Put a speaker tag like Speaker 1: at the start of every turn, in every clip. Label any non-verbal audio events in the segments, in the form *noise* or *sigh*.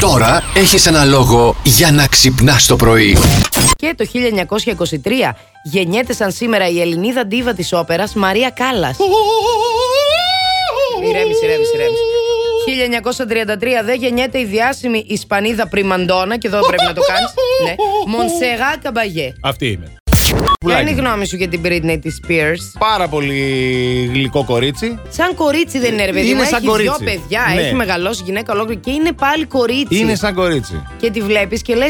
Speaker 1: Τώρα έχεις ένα λόγο για να ξυπνάς το πρωί.
Speaker 2: Και το 1923 γεννιέται σαν σήμερα η Ελληνίδα ντίβα της όπερας Μαρία Κάλλας. Ηρέμησε, ηρέμησε, ηρέμησε. 1933 δεν γεννιέται η διάσημη Ισπανίδα Πριμαντόνα και εδώ πρέπει να το κάνεις. ναι. Μονσεγά Καμπαγέ.
Speaker 3: Αυτή είμαι.
Speaker 2: Ποια είναι η
Speaker 3: Πουλάκι.
Speaker 2: γνώμη σου για την Britney της Spears.
Speaker 3: Πάρα πολύ γλυκό κορίτσι.
Speaker 2: Σαν κορίτσι δεν είναι ρε παιδί
Speaker 3: Είναι
Speaker 2: μου.
Speaker 3: σαν
Speaker 2: Έχει
Speaker 3: κορίτσι.
Speaker 2: δύο παιδιά,
Speaker 3: Ναι.
Speaker 2: έχει μεγαλώσει γυναίκα ολόκληρη και είναι πάλι κορίτσι.
Speaker 3: Είναι σαν κορίτσι.
Speaker 2: και τη βλέπεις και λες.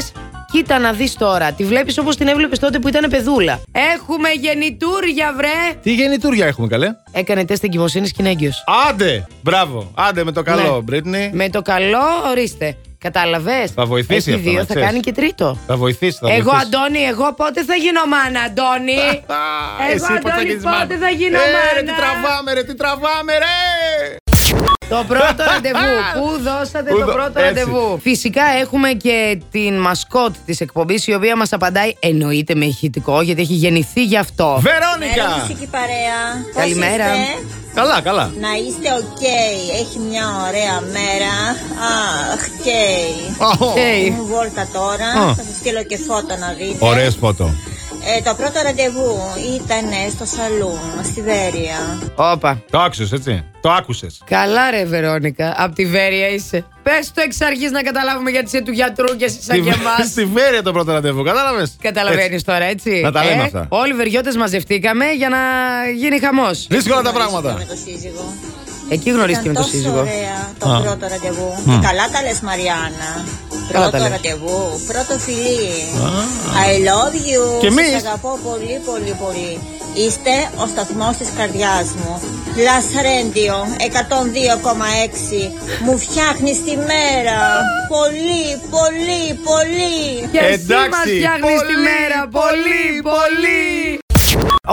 Speaker 2: Κοίτα να δεις τώρα. Τη βλέπεις όπως την έβλεπες τότε που ήταν παιδούλα. Έχουμε γεννητούρια, βρε!
Speaker 3: Τι γεννητούρια έχουμε καλέ.
Speaker 2: Έκανε τεστ εγκυμοσύνης και είναι έγκυος.
Speaker 3: Άντε! Μπράβο! Άντε με το καλό, Μπρίτνη.
Speaker 2: Ναι. Με το καλό, ορίστε. Κατάλαβες.
Speaker 3: Ε. Θα βοηθήσει
Speaker 2: Έχει
Speaker 3: αυτό,
Speaker 2: δύο,
Speaker 3: να
Speaker 2: θα
Speaker 3: ξέρεις.
Speaker 2: κάνει και τρίτο.
Speaker 3: Θα βοηθήσει, θα
Speaker 2: εγώ,
Speaker 3: βοηθήσει.
Speaker 2: Αντώνη, εγώ πότε θα γίνω μάνα, Αντώνη.
Speaker 3: *laughs* Α,
Speaker 2: εγώ,
Speaker 3: εσύ πότε θα
Speaker 2: Αντώνη,
Speaker 3: γίνεις μάνα.
Speaker 2: πότε θα γίνω
Speaker 3: Ε, ρε,
Speaker 2: μάνα.
Speaker 3: τι τραβάμε, ρε, τι τραβάμε, ρε!
Speaker 2: Το πρώτο ραντεβού. Πού δώσατε
Speaker 3: Πού
Speaker 2: το
Speaker 3: δω-
Speaker 2: πρώτο
Speaker 3: έτσι.
Speaker 2: ραντεβού. Φυσικά έχουμε και την μασκότ της εκπομπής, η οποία μας απαντάει εννοείται με ηχητικό, γιατί έχει γεννηθεί γι' αυτό.
Speaker 3: Βερόνικα!
Speaker 4: Καλημέρα, μουσική παρέα. Πώς
Speaker 2: Καλημέρα.
Speaker 4: είστε?
Speaker 3: Καλά, καλά.
Speaker 4: Να είστε οκ. Έχει μια ωραία μέρα. Αχ, οκ.
Speaker 3: Αχω.
Speaker 2: Hey.
Speaker 4: Μου βόλτα τώρα.
Speaker 3: Α.
Speaker 4: Θα σας στείλω και φώτο να δείτε.
Speaker 3: Ωραίο σπότο.
Speaker 4: Ε, το πρώτο ραντεβού ήταν στο σαλούν, στη Βέρεια.
Speaker 2: Όπα.
Speaker 3: Το άκουσες, έτσι. Το άκουσες.
Speaker 2: Καλά ρε Βερόνικα, απ' τη Βέρεια είσαι. Πες το εξ αρχής να καταλάβουμε γιατί είσαι του γιατρού και εσύ σαν και εμάς.
Speaker 3: Στη Βέρεια το πρώτο ραντεβού, κατάλαβες.
Speaker 2: Καταλαβαίνεις τώρα έτσι. Ε,
Speaker 3: Να τα λέμε αυτά.
Speaker 2: Όλοι βεριώτες μαζευτήκαμε για να γίνει χαμός.
Speaker 3: Δύσκολα τα
Speaker 4: Με
Speaker 3: πράγματα.
Speaker 4: το σύζυγο.
Speaker 2: Εκεί γνωρίστηκε με τον
Speaker 4: τόσο
Speaker 2: σύζυγο.
Speaker 4: Ωραία, το
Speaker 3: Α.
Speaker 4: πρώτο ραντεβού. Καλά τα λες Μαριάννα.
Speaker 2: Καλά τα
Speaker 4: πρώτο
Speaker 2: λέω.
Speaker 4: ραντεβού, πρώτο φιλί.
Speaker 2: Ε.
Speaker 4: I love you.
Speaker 3: Και εμείς.
Speaker 4: Σας αγαπώ πολύ πολύ πολύ. Είστε ο σταθμός της καρδιάς μου. Las Radio 102,6. Μου φτιάχνεις τη μέρα. πολύ, πολύ, πολύ.
Speaker 2: Και εσύ
Speaker 3: Εντάξει,
Speaker 2: μας φτιάχνεις τη
Speaker 3: πολύ,
Speaker 2: μέρα. Πολύ,
Speaker 3: πολύ,
Speaker 2: πολύ.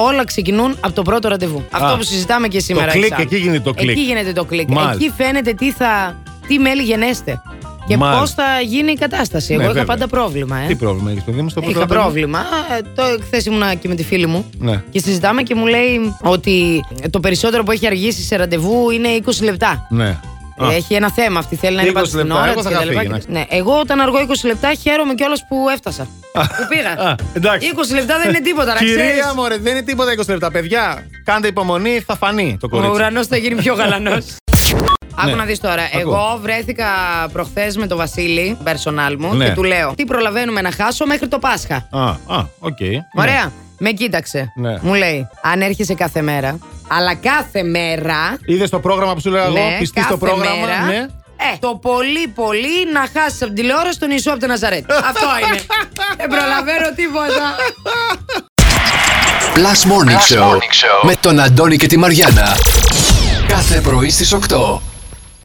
Speaker 2: Όλα ξεκινούν από το πρώτο ραντεβού. Αυτό που συζητάμε και σήμερα.
Speaker 3: κλικ,
Speaker 2: Εξάμ.
Speaker 3: εκεί γίνεται το κλικ.
Speaker 2: Εκεί γίνεται το κλικ.
Speaker 3: Μάλιστα.
Speaker 2: Εκεί φαίνεται τι, θα, τι μέλη γενέστε. Και
Speaker 3: Μάλιστα.
Speaker 2: πώ θα γίνει η κατάσταση.
Speaker 3: Ναι,
Speaker 2: Εγώ είχα
Speaker 3: βέβαια.
Speaker 2: πάντα πρόβλημα. Ε.
Speaker 3: Τι πρόβλημα έχεις, παιδί μου, στο πρώτο
Speaker 2: Είχα
Speaker 3: ραντεβού?
Speaker 2: πρόβλημα. Ε, Το χθες ήμουνα και με τη φίλη μου.
Speaker 3: Ναι.
Speaker 2: Και συζητάμε και μου λέει ότι το περισσότερο που έχει αργήσει σε ραντεβού είναι 20 λεπτά.
Speaker 3: Ναι. Α.
Speaker 2: Έχει ένα θέμα αυτή. Θέλει να είναι
Speaker 3: 20
Speaker 2: πάντα στην
Speaker 3: λεπτά.
Speaker 2: ώρα
Speaker 3: Εγώ
Speaker 2: της
Speaker 3: θα
Speaker 2: και τα
Speaker 3: είχα
Speaker 2: λοιπά.
Speaker 3: φύγει,
Speaker 2: Και- Ναι, εγώ όταν αργώ 20 λεπτά χαίρομαι κιόλας που έφτασα. που πήγα.
Speaker 3: Α, εντάξει.
Speaker 2: 20 λεπτά δεν είναι τίποτα, να ξέρεις.
Speaker 3: Κυρία μου, ρε, δεν είναι τίποτα 20 λεπτά. Παιδιά, κάντε υπομονή, θα φανεί το
Speaker 2: Ο
Speaker 3: κορίτσι.
Speaker 2: ουρανός θα γίνει πιο γαλανός. Άκου
Speaker 3: Ναι.
Speaker 2: να δεις τώρα.
Speaker 3: Ακούω.
Speaker 2: Εγώ βρέθηκα προχθές με τον Βασίλη, personal μου,
Speaker 3: Ναι.
Speaker 2: και του λέω: Τι προλαβαίνουμε να χάσω μέχρι το Πάσχα.
Speaker 3: Α, α, οκ.
Speaker 2: Ωραία. Με κοίταξε.
Speaker 3: Ναι.
Speaker 2: Μου λέει: Αν έρχεσαι κάθε μέρα, αλλά κάθε μέρα.
Speaker 3: Είδες Ναι. το πρόγραμμα που σου λέω εγώ, πιστή
Speaker 2: Ναι, κάθε
Speaker 3: στο πρόγραμμα.
Speaker 2: μέρα,
Speaker 3: Ναι.
Speaker 2: ε, το πολύ πολύ να χάσεις από την τηλεόραση τον Ιησού από τον Ναζαρέτ.
Speaker 3: *laughs*
Speaker 2: Αυτό είναι. Δεν προλαβαίνω τίποτα.
Speaker 1: Plus Morning, Show, με τον Αντώνη και τη Μαριάνα. Κάθε πρωί στις 8.